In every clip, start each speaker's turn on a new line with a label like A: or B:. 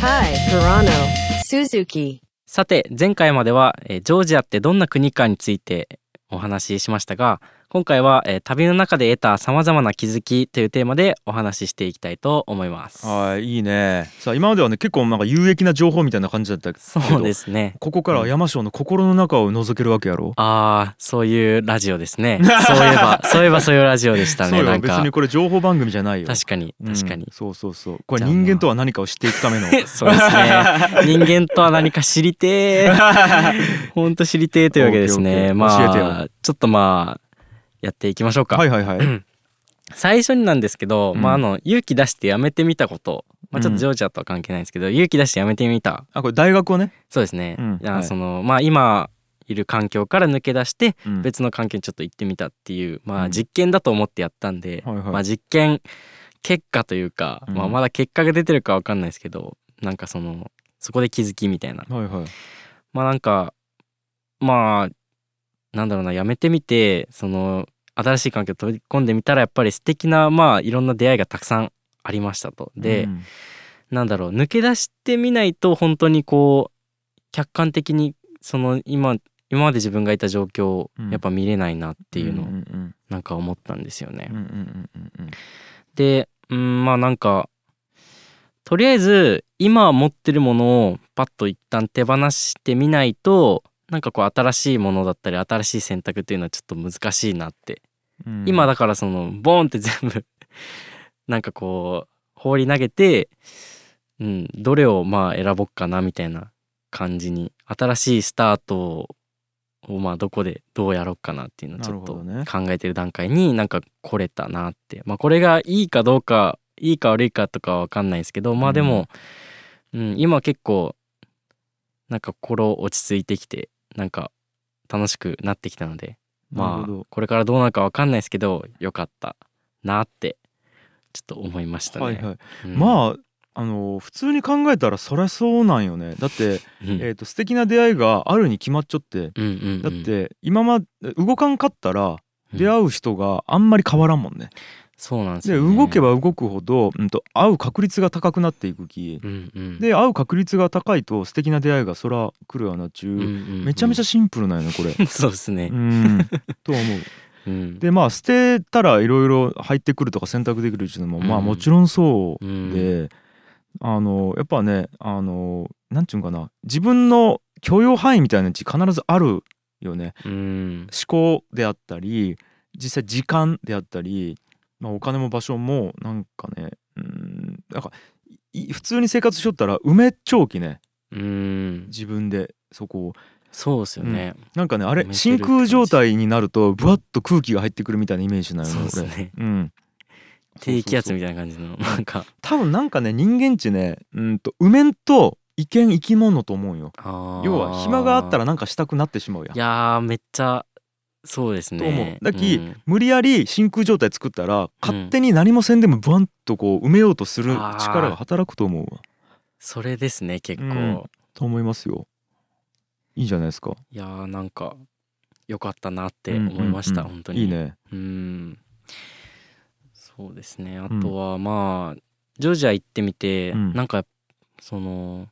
A: Kai Hirano, Suzuki.
B: さて前回までは、えージョージアってどんな国かについてお話ししましたが今回は、えー旅の中で得たさまざまな気づきというテーマでお話ししていきたいと思います。
C: はいいいねさあ今まではね結構なんか有益な情報みたいな感じだったけど
B: そうですね
C: ここからは山椒の心の中を覗けるわけやろ
B: ああそういうラジオです ねそういえばそういえばそういうラジオでした
C: そ
B: ね
C: う
B: な
C: よ
B: ん
C: 別
B: か
C: にこれ情報番組じゃないよ
B: 確かに確かに
C: うん、そうそうそうこ
B: じ
C: れ
B: ゃあ
C: 人間とは何かを知っていくための
B: そうです ね人間とは何か知りてえほんと知りてえというわけです
C: オッケーオッ
B: ね
C: ケー
B: ま
C: 教えて
B: あちょっとまあやっていきましょうか、
C: はいはいはい、
B: 最初になんですけど、
C: うん
B: まああの勇気出してやめてみたこと、まあ、ちょっとジョージアとは関係ないんですけど、勇気出してやめてみた
C: あこれ大学をね、
B: そうですね、
C: うん
B: いや
C: はい
B: そのまあ今いる環境から抜け出して
C: うん
B: 別の環境にちょっと行ってみたっていう、ま
C: う
B: あ
C: ん
B: 実験だと思ってやったんで、
C: はいはい
B: まあ実験結果というか、
C: うん
B: まあまだ結果が出てるかわかんないですけどなんかそのそこで気づきみたいな
C: はいはい
B: まあなんかまあなんだろうなやめてみてその新しい環境に飛び込んでみたらやっぱり素敵なまあいろんな出会いがたくさんありましたと。で、
C: うん
B: なんだろう抜け出してみないと本当にこう客観的にその今今まで自分がいた状況を
C: うん
B: やっぱ見れないなっていうのを
C: んん
B: なんか思ったんですよね。
C: うんうんうんうんうん
B: でうんまあなんかとりあえず今持ってるものをパッと一旦手放してみないとなんかこう新しいものだったり新しい選択っていうのはちょっと難しいなって、
C: うんうん
B: 今だからそのボーンって全部 なんかこう放り投げて、うん、どれをまあ選ぼっかなみたいな感じに新しいスタートをまあどこでどうやろうかなっていうのをちょっと
C: なる
B: 考えてる段階になんか来れたなって、まあこれがいいかどうかいいか悪いかとかは分かんないですけどまあでも、うん今結構なんか心落ち着いてきてなんか楽しくなってきたので
C: な
B: ま
C: るほ
B: あ
C: ど
B: これからどうなるか分かんないですけどよかったなってちょっと思いましたね。
C: はいはい、
B: うん
C: まああの普通に考えたらそりゃそうなんよねだって、
B: うん
C: えー、と素敵な出会いがあるに決まっちゃって
B: うんうんうん
C: だって今まで動かんかったら出会う人があんまり変わらんもんね。
B: そうなんです
C: で
B: よ、ね。
C: 動けば動くほど、うん、と会う確率が高くなっていくき
B: うんうん、
C: で会う確率が高いと素敵な出会いがそら来るようなちゅ
B: う
C: う、
B: んうんうん
C: めちゃめちゃシンプルなんよねこれ。
B: そうですね
C: う。 んとは思う。
B: うん
C: でまあ捨てたらいろいろ入ってくるとか選択できるっていうのも、まあ
B: うん
C: もちろんそう
B: う
C: で、
B: ん
C: あのやっぱねあのなんちゅうんかな自分の許容範囲みたいなうち必ずあるよね。
B: うん
C: 思考であったり実際時間であったり、まあ、お金も場所もなんかねうんなんかい普通に生活しとったら埋め長期ね
B: うん、
C: 自分でそこを
B: そうですよね。
C: なんかねあ
B: 埋
C: れ
B: めてる
C: 真空状態になるとぶわっと空気が入ってくるみたいなイメージなのよ
B: そう
C: ね
B: です
C: 俺
B: ね。
C: うん
B: 低気圧
C: そうそうそ
B: み
C: う
B: たいな感じのなんか
C: 多分なんかね人間値ねうんと埋めんと意見生き物と思うんよ 要
B: 要
C: は暇があったら
B: い
C: なんかしたくなってしまうやん
B: やーめっちゃそうですね
C: と思うだき
B: うん
C: 無理やり真空状態作ったら勝手に何もせんでもバンとこう埋めようとする力が働くと思うわ
B: それですね結構、
C: うんと思いますよいいじゃないですか
B: いやーなんか良かったなって思いました、
C: うんうんうん
B: 本当に
C: いいね
B: うんそうですねあとはまあ、ジョージア行ってみて、
C: うん
B: なんかその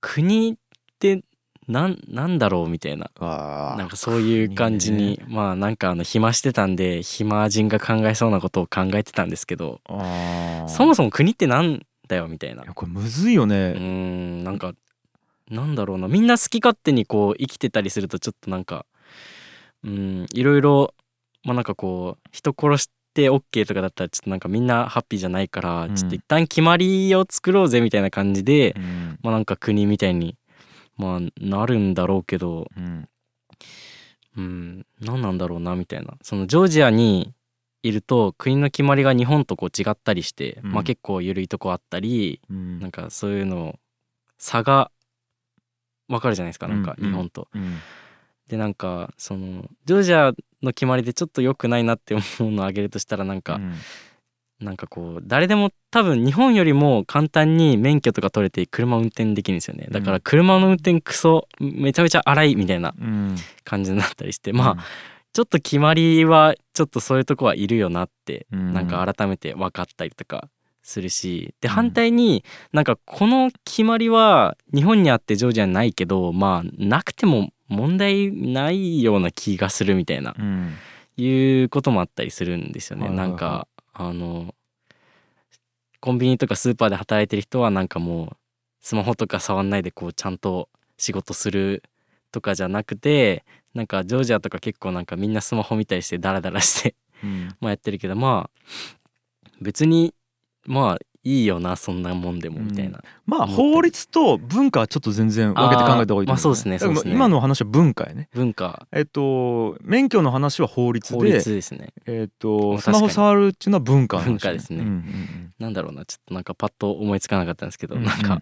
B: 国ってなんなんだろうみたいな
C: あ
B: なんかそういう感じに、まあなんかあの暇してたんで暇人が考えそうなことを考えてたんですけど
C: あー
B: そもそも国ってなんだよみたいない
C: やこれむずいよ
B: うー
C: ね
B: んなんかなんだろうなみんな好き勝手にこう生きてたりするとちょっとなんかうんいろいろまあなんかこう人殺して OK とかだったらちょっとなんかみんなハッピーじゃないから、
C: うん
B: ちょっと一旦決まりを作ろうぜみたいな感じで、
C: うん
B: まあなんか国みたいに、まあ、なるんだろうけど
C: うん
B: うん、何なんだろうなみたいなそのジョージアにいると国の決まりが日本とこう違ったりして、
C: うん
B: まあ、結構緩いとこあったり
C: うん
B: なんかそういうの差がわかるじゃないですかなんか
C: うんう
B: 日
C: ん
B: 本と。
C: うん
B: でなんかそのジョージアの決まりでちょっと良くないなって思うのを挙げるとしたらなんか、
C: うん
B: なんかこう誰でも多分日本よりも簡単に免許とか取れて車運転できるんですよねだか
C: う
B: ら
C: ん
B: 車の運転クソめちゃめちゃ荒いみたいな
C: うん
B: 感じになったりしてまあちょっと決まりはちょっとそういうとこはいるよなって、
C: うん
B: なんか改めて分かったりとかするしで
C: うん
B: 反対になんかこの決まりは日本にあってジョージアにないけどまあなくても問題ないような気がするみたいな
C: うん
B: いうこともあったりするんですよね。
C: はいはい
B: な
C: はい
B: んかあのコンビニとかスーパーで働いてる人はなんかもうスマホとか触んないでこうちゃんと仕事するとかじゃなくてなんかジョージアとか結構なんかみんなスマホ見たりしてダラダラして
C: うん
B: まあやってるけどまあ別にまあいいよなそんなもんでも
C: うん
B: みたいな、
C: まあ法律と文化はちょっと全然分けて考えた方がいいと思
B: あーまあそうですね
C: だから
B: そうですね
C: 今の話は文化やね
B: 文化
C: えっと免許の話は法律で
B: 法律ですね
C: えっと
B: あ
C: スマ
B: 確か
C: ホ
B: に
C: 触るっていうのは文化の話
B: 文化ですね
C: うんうん
B: なんだろうなちょっとなんかパッと思いつかなかったんですけど、
C: うん
B: なんか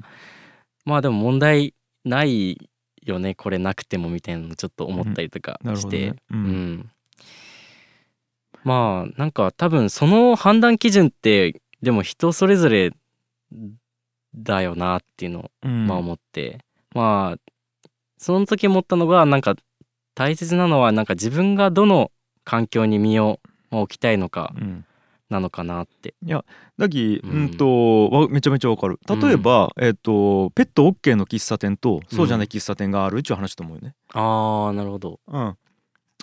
B: まあでも問題ないよねこれなくてもみたいなのちょっと思ったりとか
C: うんなる
B: し
C: ほど
B: て、
C: ねう
B: うんんまあなんか多分その判断基準ってでも人それぞれだよなっていうのを
C: うん
B: まあ思って、まあその時思ったのがなんか大切なのはなんか自分がどの環境に身をまあ置きたいのか
C: うん
B: なのかなって。
C: だき、
B: う
C: うんん、とわめちゃめちゃわかる例えば、えっ、とペット OK の喫茶店とそうじゃない喫茶店があるっちゅう話と思うよね、
B: ああなるほど。
C: うん、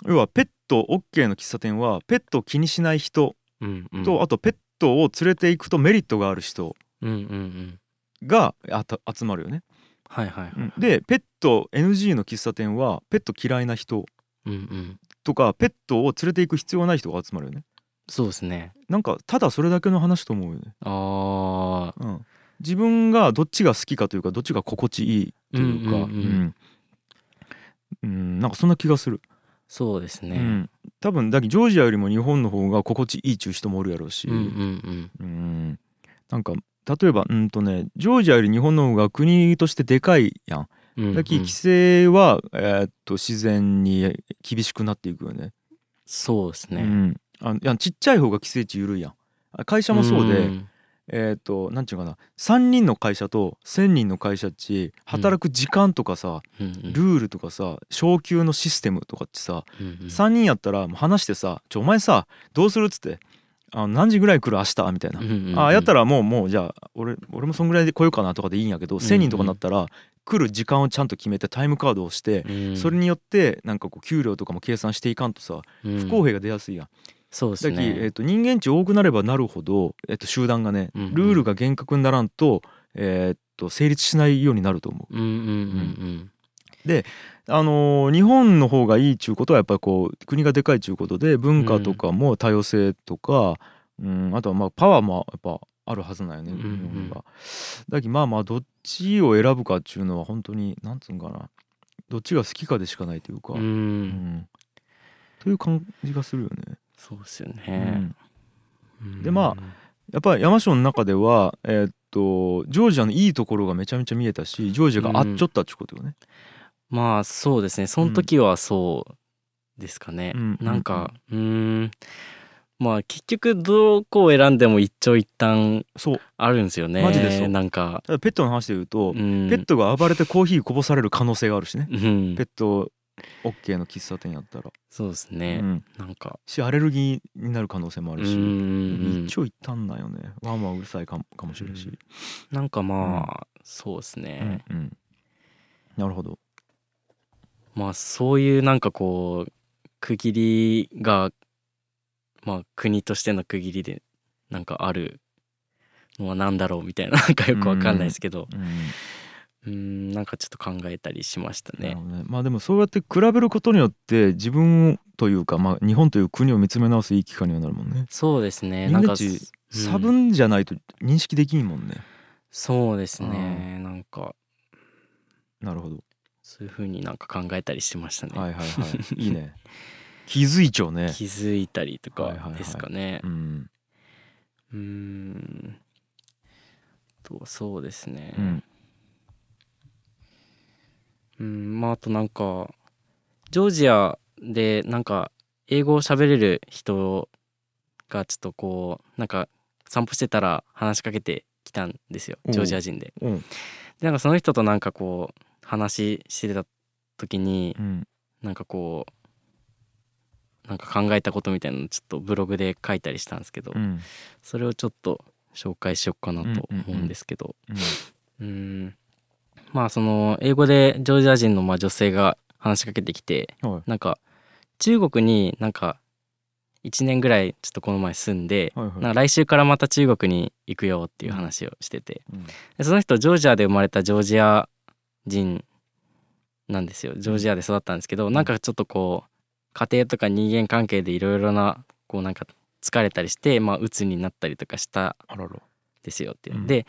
C: 要はペット OK の喫茶店はペットを気にしない人
B: うんうん、
C: と、あとペットを連れていくとメリットがある人
B: うんうんうん。
C: があた集まるよね、
B: はいはいはい。
C: うんでペット NG の喫茶店はペット嫌いな人
B: うんうん。
C: とかペットを連れていく必要がない人が集まるよね
B: そうですね。
C: なんかただそれだけの話と思うよね、
B: ああ
C: うん、自分がどっちが好きかというかどっちが心地いいというか、
B: うんうんうん
C: うんうんなんかそんな気がする、
B: そうです
C: う
B: ね。
C: ん、多分だけどジョージアよりも日本の方が心地いいっちゅう人もおるやろうし、
B: うんうんうん。
C: うんなんか例えばうんとねジョージアより日本の方が国としてでかいやん
B: うんうん
C: だき規制は、えーっと自然に厳しくなっていくよね
B: そうです
C: う
B: ね。
C: ん、あのいやちっちゃい方が規制値緩いやんあ会社もそうで、
B: ん
C: えーっとなんていうかな3人の会社と1,000人の会社っち働く時間とかさ、
B: うんうん
C: ルールとかさ昇給のシステムとかってさ、
B: うんうん
C: 3人やったらもう話してさ「ちょお前さどうする?」っつって「あの何時ぐらい来る明日」みたいな
B: うん。うんうん
C: あやったらもうもうじゃあ俺俺もそんぐらいで来ようかなとかでいいんやけど、1,000人とかになったら来る時間をちゃんと決めてタイムカードをして、
B: うん
C: それによってなんかこう給料とかも計算していかんとさ
B: うん
C: 不公平が出やすいやん。
B: そうです
C: だき、え
B: ね
C: ー、。と人間値多くなればなるほど、えー、と集団がね
B: うんうん
C: ルールが厳格にならんと,、えー、と成立しないようになると思う。
B: うんうんうん
C: あのー日本の方がいいっちゅうことはやっぱりこう国がでかいっちゅうことで文化とかも多様性とか、うん、あとはまあパワーもやっぱあるはずなんよね
B: うん
C: 日
B: うんうん
C: 本が。だけどまあまあどっちを選ぶかっちゅうのは本当になんつうんかなどっちが好きかでしかないというか、
B: うん。う。
C: うんんという感じがするよね。
B: そうですよ
C: う
B: ね。
C: ん
B: うん
C: でまやっぱり山椒の中では、えーっとジョージアのいいところがめちゃめちゃ見えたしジョージアがあっちょったっちゅうことよね。
B: まあそうですねその時はそうですかね、
C: うん
B: なんかうーんまあ結局どこを選んでも一長一短
C: そう
B: あるんですよね
C: マジでそう
B: なんか、
C: ただペットの話で言うと、
B: うん、
C: ペットが暴れてコーヒーこぼされる可能性があるしね。
B: うん
C: ペット OK の喫茶店やったら、
B: そうです
C: う
B: ね、
C: ん、
B: なんか
C: しアレルギーになる可能性もあ
B: う
C: るし、
B: ん
C: 一応一旦なんよねワンワンうるさいかもかもしれんし、
B: なんかまあ、そうです
C: う
B: ね
C: ん、うんなるほど、
B: まあそういうなんかこう区切りがまあ国としての区切りでなんかあるのは何だろうみたいななんかよくわかんないですけど、
C: うん
B: うーんなんかちょっと考えたりしました
C: な
B: ね
C: るほ。どねまあでもそうやって比べることによって自分というか、まあ、日本という国を見つめ直すいい機会にはなるもんね
B: そうですね。
C: みん
B: な
C: なん
B: か、
C: ち
B: うん
C: 差分じゃないと認識できんもんね、
B: そうですね。なんか
C: なるほど
B: そういう風になんか考えたりしましたね。
C: はいは いはいいいね気づいちゃうね
B: 気づいたりと
C: はいはい
B: か
C: はい
B: ですかね
C: う。ん、
B: うーん。とそうですね
C: う。ん、
B: うん、まああとなんかジョージアでなんか英語を喋れる人がちょっとこうなんか散歩してたら話しかけてきたんですよ。
C: おう
B: ジョージア人で。
C: うん
B: でなんかその人となんかこう話してた時に
C: うん
B: なんかこうなんか考えたことみたいなのをちょっとブログで書いたりしたんですけど、
C: うん
B: それをちょっと紹介しようかなと思うんですけど、
C: うん
B: うんまあその英語でジョージア人のまあ女性が話しかけてきて
C: は
B: なんか中国になんか1年ぐらいちょっとこの前住んで、
C: いはいはい
B: なんか来週からまた中国に行くよっていう話をしてて
C: うん
B: でその人ジョージアで生まれたジョージア人なんですよジョージアで育ったんですけど、なんかちょっとこう家庭とか人間関係でいろいろなこうなんか疲れたりしてまあ鬱になったりとかした
C: あらら
B: ですよって、
C: うん
B: で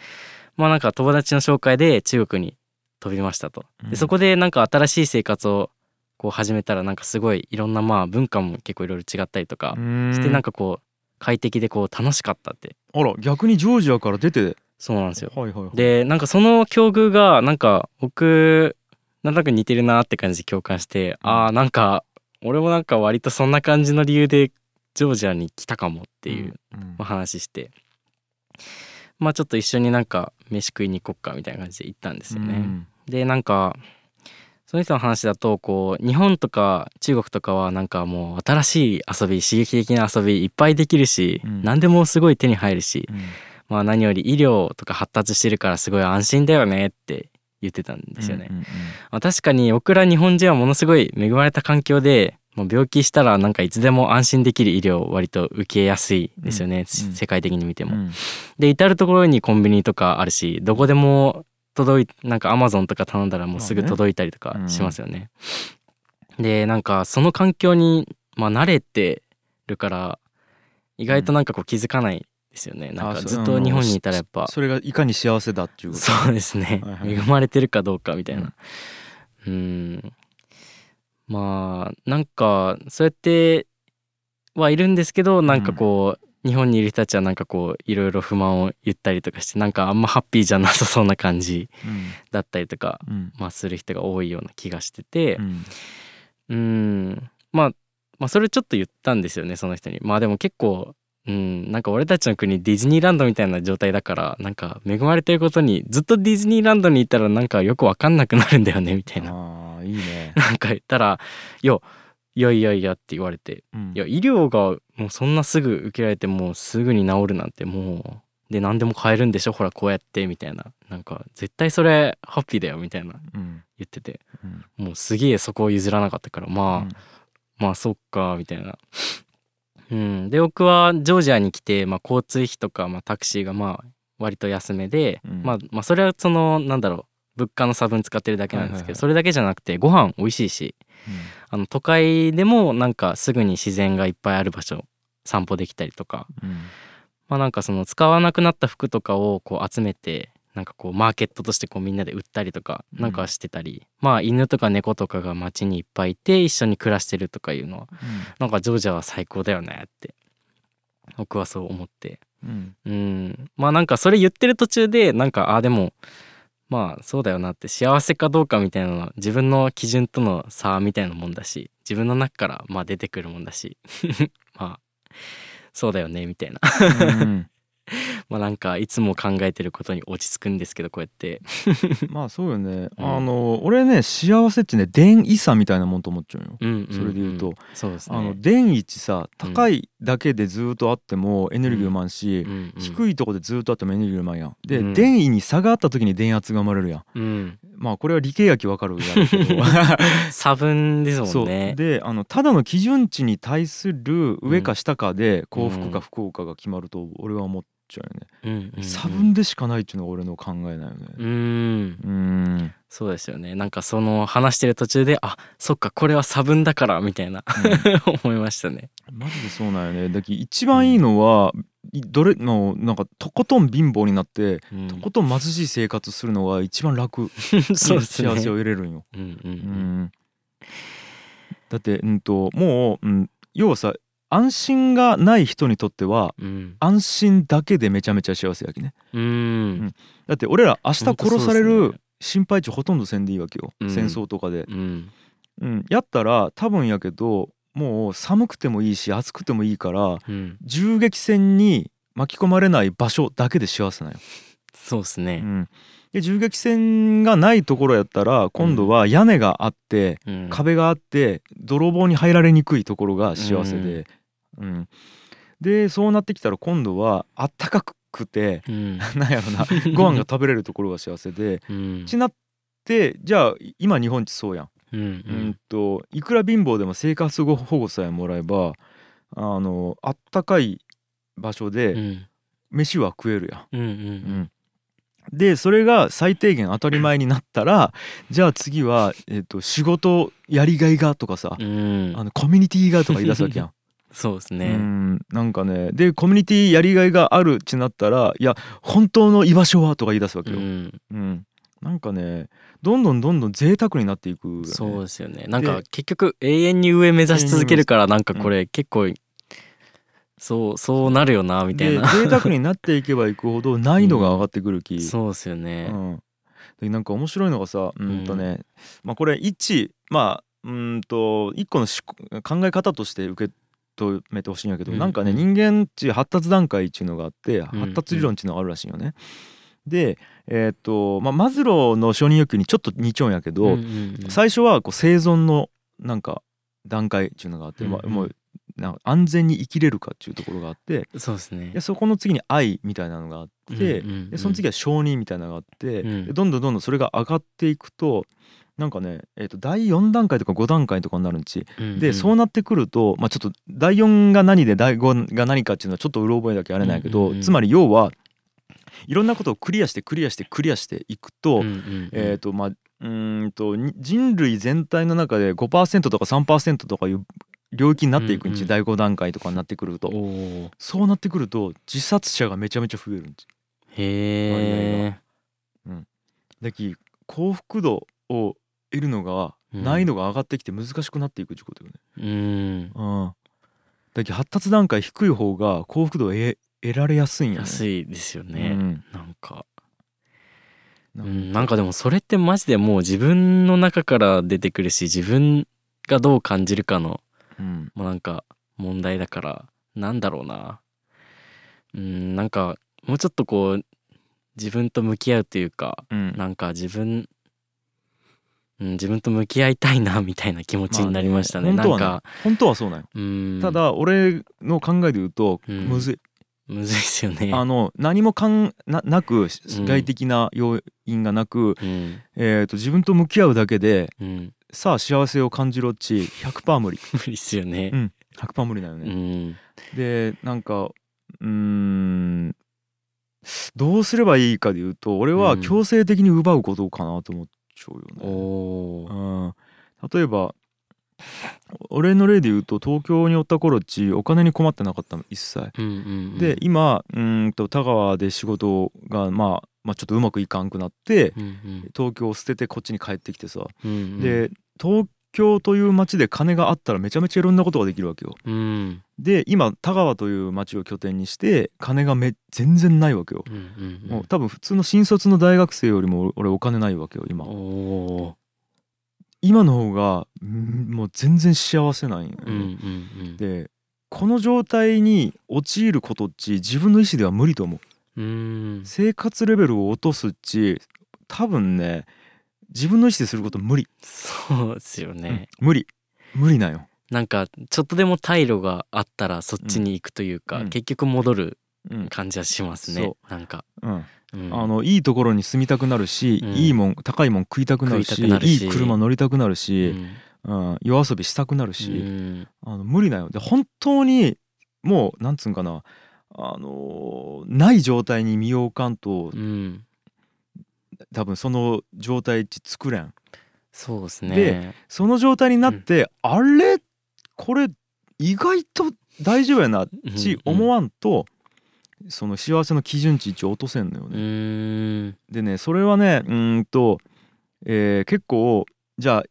B: まあなんか友達の紹介で中国に飛びましたと、
C: うん
B: でそこでなんか新しい生活をこう始めたらなんかすごいいろんなまあ文化も結構いろいろ違ったりとかしてなんか
C: か
B: こう快適でこう楽しかったって
C: あら逆にジョージアから出て
B: そうなんですよ
C: はいはいはい
B: でなんかその境遇がなんか僕なんとなく似てるなって感じで共感して、
C: うん
B: あーなんか俺もなんか割とそんな感じの理由でジョージアに来たかもっていう
C: うん
B: お話ししてまあちょっと一緒になんか飯食いに行こっかみたいな感じで行ったんですよね。
C: うん
B: でなんかその人の話だとこう日本とか中国とかはなんかもう新しい遊び刺激的な遊びいっぱいできるし、
C: うん
B: 何でもすごい手に入るし、
C: うん
B: まあ何より医療とか発達してるからすごい安心だよねって言ってたんですよね。
C: うんうんうん
B: まあ確かに僕ら日本人はものすごい恵まれた環境で、もう病気したらなんかいつでも安心できる医療を割と受けやすいですよね、し世界的に見ても。
C: うん
B: で至る所にコンビニとかあるしどこでも届いなんかアマゾンとか頼んだらもうすぐ
C: まあね
B: 届いたりとかしますよね。でなんかその環境に、まあ、慣れてるから意外となんかこう気づかないですよね。なん
C: あ
B: か
C: そう
B: ずっと日本にいたらやっぱ
C: それがいかに幸せだっていうこと
B: そうですね、
C: はいはい
B: 恵まれてるかどうかみたいなうんまあなんかそうやってはいるんですけどなんかこう、日本にいる人たちはなんかこういろいろ不満を言ったりとかしてなんかあんまハッピーじゃなさそうな感じだったりとか、
C: うん
B: まあ、する人が多いような気がしてて
C: う、ん
B: うんまあ、まあそれちょっと言ったんですよねその人にまあでも結構うんなんか俺たちの国ディズニーランドみたいな状態だからなんか恵まれてることにずっとディズニーランドにいたらなんかよくわかんなくなるんだよねみたいな
C: ああいい ね
B: なんか言ったら「よいやいやいや」って言われて
C: うん
B: 「いや医療がもうそんなすぐ受けられてもうすぐに治るなんてもうで何でも買えるんでしょほらこうやって」みたいななんか絶対それハッピーだよみたいな
C: うん
B: 言ってて
C: うん
B: もうすげえそこを譲らなかったからまあ、まあそっかみたいな。うん、で僕はジョージアに来て、まあ、交通費とか、まあ、タクシーがまあ割と安めで、
C: うん
B: まあ、まあそれはそのなんだろう物価の差分使ってるだけなんですけど、
C: はいはいはい
B: それだけじゃなくてご飯美味しいしあの都会でもなんかすぐに自然がいっぱいある場所散歩できたりとか、
C: う んうん
B: まあ、なんかその使わなくなった服とかをこう集めてなんかこうマーケットとしてこうみんなで売ったりとか
C: うん
B: なんかしてたり、まあ犬とか猫とかが街にいっぱいいて一緒に暮らしてるとかいうのはなんかジョージアは最高だよねって僕はそう思って
C: うん
B: うんまあなんかそれ言ってる途中でなんかああでもまあそうだよなって幸せかどうかみたいなのは自分の基準との差みたいなもんだし自分の中からまあ出てくるもんだし まあそうだよねみたいな
C: うん
B: まあなんかいつも考えてることに落ち着くんですけどこうやって
C: まあそうよね、
B: うん
C: あの俺ね幸せっちね伝遺産みたいなもんと思っちゃうよ、
B: うんうん、うん
C: それで言うと
B: そうですね
C: あの伝一さ
B: うん
C: 高いだけでずっとあってもエネルギーうまんし、
B: うんうん
C: 低いとこでずっとあってもエネルギーうまいやんで、
B: うん
C: 電位に差があった時に電圧が生まれるやん
B: うん
C: まあこれは理系やきわかるやろうけ ど
B: 差分ですも
C: そ
B: ん
C: う
B: ね
C: であのただの基準値に対する上か下かで幸福
B: うん
C: か不幸かが決まると俺は思っちゃうよね、
B: うんうんうん
C: 差分でしかないっていうのが俺の考えなよね
B: うん
C: うん
B: そうですよねなんかその話してる途中であそっかこれは差分だからみたいな 思いましたね
C: マジでそうなんよねだけど一番いいのは、いどれのなんかとことん貧乏になって
B: う
C: と
B: ん
C: ことん貧しい生活するのが一番楽
B: そうですね
C: 幸せを得れるんよ、
B: うんう
C: うんん、だってうんともう、うん、要はさ安心がない人にとっては
B: うんうん
C: 安心だけでめちゃめちゃ幸せやきね
B: うん
C: だって俺ら明日
B: ほんとそうっ
C: 殺
B: すね
C: される心配値ほとんどせんでいいわけよ、
B: うん
C: 戦争とかで、
B: うん
C: うん、やったら多分やけどもう寒くてもいいし暑くてもいいから
B: うん
C: 銃撃戦に巻き込まれない場所だけで幸せなんよ、
B: そうです
C: う
B: ね
C: ん、で銃撃戦がないところやったら今度は屋根があって、
B: うん
C: 壁があって泥棒に入られにくいところが幸せで、うんでそうなってきたら今度はあったかくくて
B: うん
C: なんやろ なご飯が食べれるところが幸せで
B: うん
C: ちなってじゃあ今日本一そうやん
B: うんうん
C: うんといくら貧乏でも生活保護さえもらえばあのあったかい場所
B: う
C: で
B: ん
C: 飯は食えるや
B: う
C: ん。
B: んうん
C: でそれが最低限当たり前になったらじゃあ次は、えっと仕事やりがいがとかさ、
B: うん
C: あのコミュニティがとか言い出すわけやん。
B: そうです
C: う
B: ね
C: んなんかねでコミュニティやりがいがあるってなったらいや本当の居場所はとか言い出すわけ
B: う
C: よ。うん
B: ん
C: なんかねどんどんどんどん贅沢になっていくよね、
B: そうですよねなんか
C: で
B: 結局永遠に上目指し続けるからなんかこれ結構そうそうなるよなみたい
C: で
B: な
C: 贅沢になっていけばいくほど難易度が上がってく るき、
B: そうですよね
C: うんでなんか面白いのがさうんとね、まあこれ一まあうんと一個の思考考え方として受け止めてほしいんやけど、
B: うん
C: なんかね人間っち発達段階っていうのがあって
B: ん
C: 発達理論っていうのがあるらしいよね。でえーっと、まあ、マズローの承認欲求にちょっと似ちゃうんやけど、
B: うんうんうん
C: 最初はこう生存のなんか段階っていうのがあって、まあ
B: うんうん
C: もうなんか安全に生きれるかっていうところがあって
B: そうですね
C: でそこの次に愛みたいなのがあって、
B: うんうんうん
C: でその次は承認みたいなのがあって、
B: うん
C: でどんどんどんどんそれが上がっていくとなんかね、えー、と第4段階とか5段階とかになるんち、
B: うんうん
C: でそうなってくると、まあ、ちょっと第4が何で第5が何かっていうのはちょっとうろ覚えだけあれないけど、
B: うんうんうん
C: つまり要はいろんなことをクリアしてクリアしてクリアしていくと,、
B: うんうんうん
C: えーとまあ、うーんとに人類全体の中で5%とか3%とかいう領域になっていくんち、
B: うんうん
C: 第5段階とかになってくると。
B: おー
C: そうなってくると自殺者がめちゃめちゃ増えるんです
B: へえ
C: だき幸福度を得るのが
B: うん
C: 難易度が上がってきて難しくなっていくってことよね。
B: うん
C: うん、だき発達段階低い方が幸福度を得得られやすいんやね。
B: 安いですよ
C: う
B: ね
C: ん
B: なんか
C: な
B: うん、なんかでもそれってマジでもう自分の中から出てくるし自分がどう感じるかの
C: うん
B: もうなんか問題だからなんだろうなうんなんかもうちょっとこう自分と向き合うというか
C: うん
B: なんか自分、うん、自分と向き合いたいなみたいな気持ちになりましたね,、
C: ま
B: な
C: あ
B: ん
C: 本当は
B: か
C: ね、本当はそうなんよ。
B: うん
C: ただ俺の考えで言うと、
B: うん
C: むずい。
B: むずいですよね
C: あの何もかんななく
B: うん
C: 外的な要因がなく、
B: うん
C: えー、と自分と向き合うだけで
B: うん
C: さあ幸せを感じろっち100%無理
B: 無理ですよね
C: 100%無理だよね。
B: うん
C: でなんかうーんどうすればいいかで言うと俺は
B: うん
C: 強制的に奪うことかなと思っちゃうよね。
B: お
C: う
B: ー
C: ん、例えば俺の例で言うと東京におった頃っちお金に困ってなかったの一切。
B: うんうんうん
C: で今うーんと田川で仕事が、まあ、まあちょっとうまくいかんくなって
B: うんうん
C: 東京を捨ててこっちに帰ってきてさ、
B: うんうん
C: で東京という街で金があったらめちゃめちゃいろんなことができるわけよ。
B: うん
C: で今田川という町を拠点にして金がめ全然ないわけよ、
B: うんうんうん
C: もう多分普通の新卒の大学生よりも俺お金ないわけよ今
B: おー
C: 今の方がうんもう全然幸せなんよね、
B: うんうん
C: でこの状態に陥ることっち自分の意思では無理と思
B: う
C: う
B: んうん
C: 生活レベルを落とすっち多分ね自分の意思ですること無理、
B: そうですよね、
C: うん無理無理なんよ
B: なんかちょっとでも退路があったらそっちに行くというか、
C: うん
B: 結局戻る
C: うん、
B: 感じはしますね、
C: そ
B: なんか、
C: うん
B: うん
C: あのいいところに住みたくなるし、
B: うん
C: いいもん高いもん食いたくなるし
B: 食いたくなるし
C: いい車乗りたくなるし、
B: うん
C: うん、夜遊びしたくなる
B: う
C: し、
B: ん
C: あの無理だよで本当にもうなんつうんかなあのーない状態に身を置かんと
B: うん
C: 多分その状態って作れん
B: そうですね
C: でその状態になって、あれこれ意外と大丈夫やなっ
B: うん
C: ち思わんと、その幸せの基準値一応落とせんのよ
B: う
C: ね、
B: ん
C: でねそれはねうーんと、えー結構じゃあ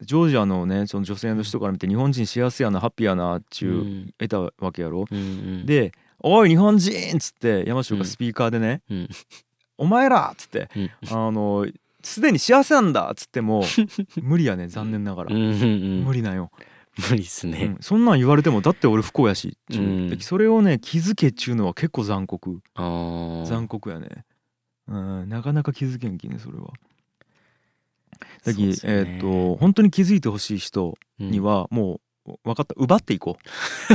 C: ジョージアのねその女性の人から見て日本人幸せやなハッピーやなっちゅう、
B: うん
C: 得たわけやろ。
B: うんうん
C: で「おい日本人!」っつって山椒
B: う
C: が
B: ん
C: スピーカーでね「
B: うん
C: お前ら!」っつって
B: うん
C: 「あのすでに幸せなんだ!」っつっ ても無理やね残念なが
B: う
C: ら。
B: んうんうん
C: 無理なんよ、
B: 無理です
C: う
B: ね
C: ん、、そんなん言われてもだって俺不幸やし、っちゅう
B: うん
C: だけどそれをね気づけっちゅうのは結構残酷
B: あー
C: 残酷やねうんなかなか気づけんきねそれは
B: そ
C: だ
B: う
C: き、
B: ですよね
C: えーっと本当に気づいてほしい人
B: うん
C: にはもう分かった奪ってい こう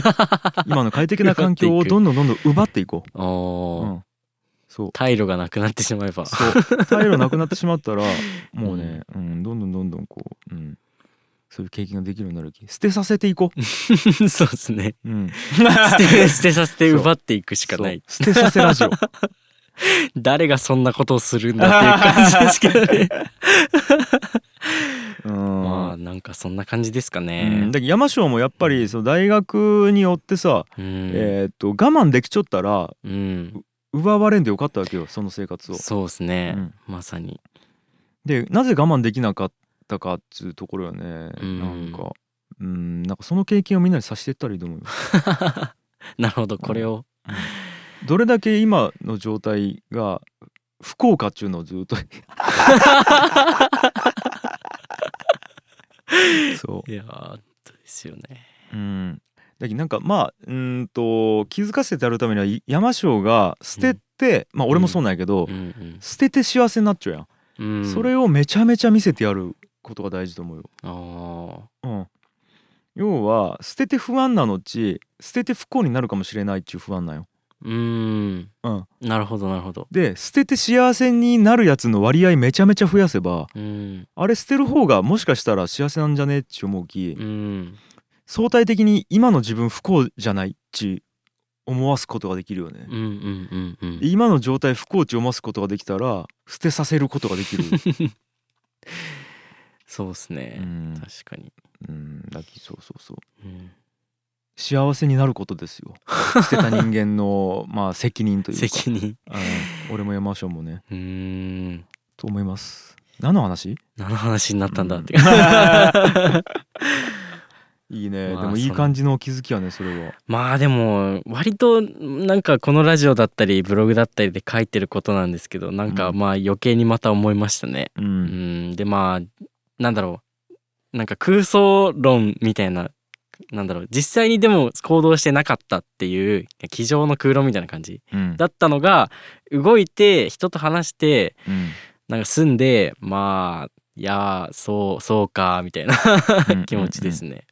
C: 今の快適な環境をどんどんどんどん奪っていこう
B: あー
C: うんそう
B: 退路がなくなってしまえば
C: そう 退路なくなってしまったらもうね、うん、どんどんどんどんこう、うん、そういう経験ができるようになる気捨てさせていこ
B: そうです ね
C: う、うん、
B: 捨て捨てさせて奪っていくしかない
C: そう捨てさ せラジオ
B: 誰がそんなことをするんだっていう感じですけどね
C: うん
B: まあなんかそんな感じですか
C: うん
B: ね
C: だけど山椒もやっぱりその大学によってさ、
B: うん、
C: えーっと我慢できちょったら
B: うん、
C: 奪われんでよかったわけよその生活を。
B: そうです
C: う
B: ね、
C: ん
B: まさに
C: でなぜ我慢できなかったかっつうところよね、
B: うん
C: なんかうんなんかその経験をみんなにさせていったらいいと思うよ。
B: なるほどこれを、
C: どれだけ今の状態が不幸かっちゅうのをずっと そ
B: いやー本当ですよね
C: う、うん、だけどなんかまあうーんと気づかせてやるためにはい山椒が捨てて、まあ俺もそうなんやけど、
B: うん
C: 捨てて幸せになっちゃうやん、
B: うん、うん、
C: それをめちゃめちゃ見せてやることが大事と思うよ。
B: あー
C: うん、要は捨てて不安なのち捨てて不幸になるかもしれないっちゅう不安なんよ。
B: うん
C: うん、
B: なるほどなるほど
C: で捨てて幸せになるやつの割合めちゃめちゃ増やせば
B: うん
C: あれ捨てる方がもしかしたら幸せなんじゃねえっち思うき
B: うん
C: 相対的に今の自分不幸じゃないっち思わすことができるよね
B: うんう。んうんうん
C: で今の状態不幸っち思わすことができたら捨てさせることができ る。
B: そうです
C: う
B: ね、
C: ん、
B: 確かに、
C: うんだきそうそうそう。
B: うん、
C: 幸せになることです よ。捨てた人間のまあ責任というか。
B: 責任
C: うん俺も山椒もね
B: うーん
C: と思います何の話
B: 何の話になったんだって、
C: いいね、
B: まあ
C: でもいい感じの気づきやねそれは
B: まあでも割となんかこのラジオだったりブログだったりで書いてることなんですけどなんか
C: うん
B: まあ余計にまた思いましたね。
C: う
B: うんん、でまあなんだろうなんか空想論みたいななんだろう実際にでも行動してなかったっていう机上の空論みたいな感じ
C: うん
B: だったのが動いて人と話して
C: うん
B: なんか住んでまあいやーそうそうかみたいな
C: うん
B: 気持ちですね。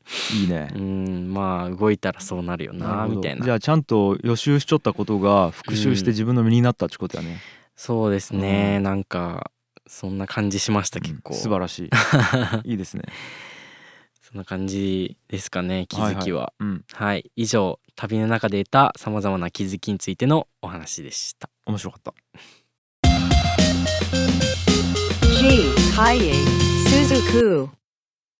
C: いいね
B: うんまあ動いたらそうなるよ
C: る
B: な
C: ほど
B: みたいな
C: じゃあちゃんと予習しちょったことが復習して自分の身になったっちことやね、
B: そうですね、なんかそんな感じしました結構、
C: うん素晴らしいいいですね
B: そんな感じですかね気づきは
C: うん
B: はい、以上旅の中で得たさまざまな気づきについてのお話でした
C: 面白かった
A: G. Kaye Suzuku.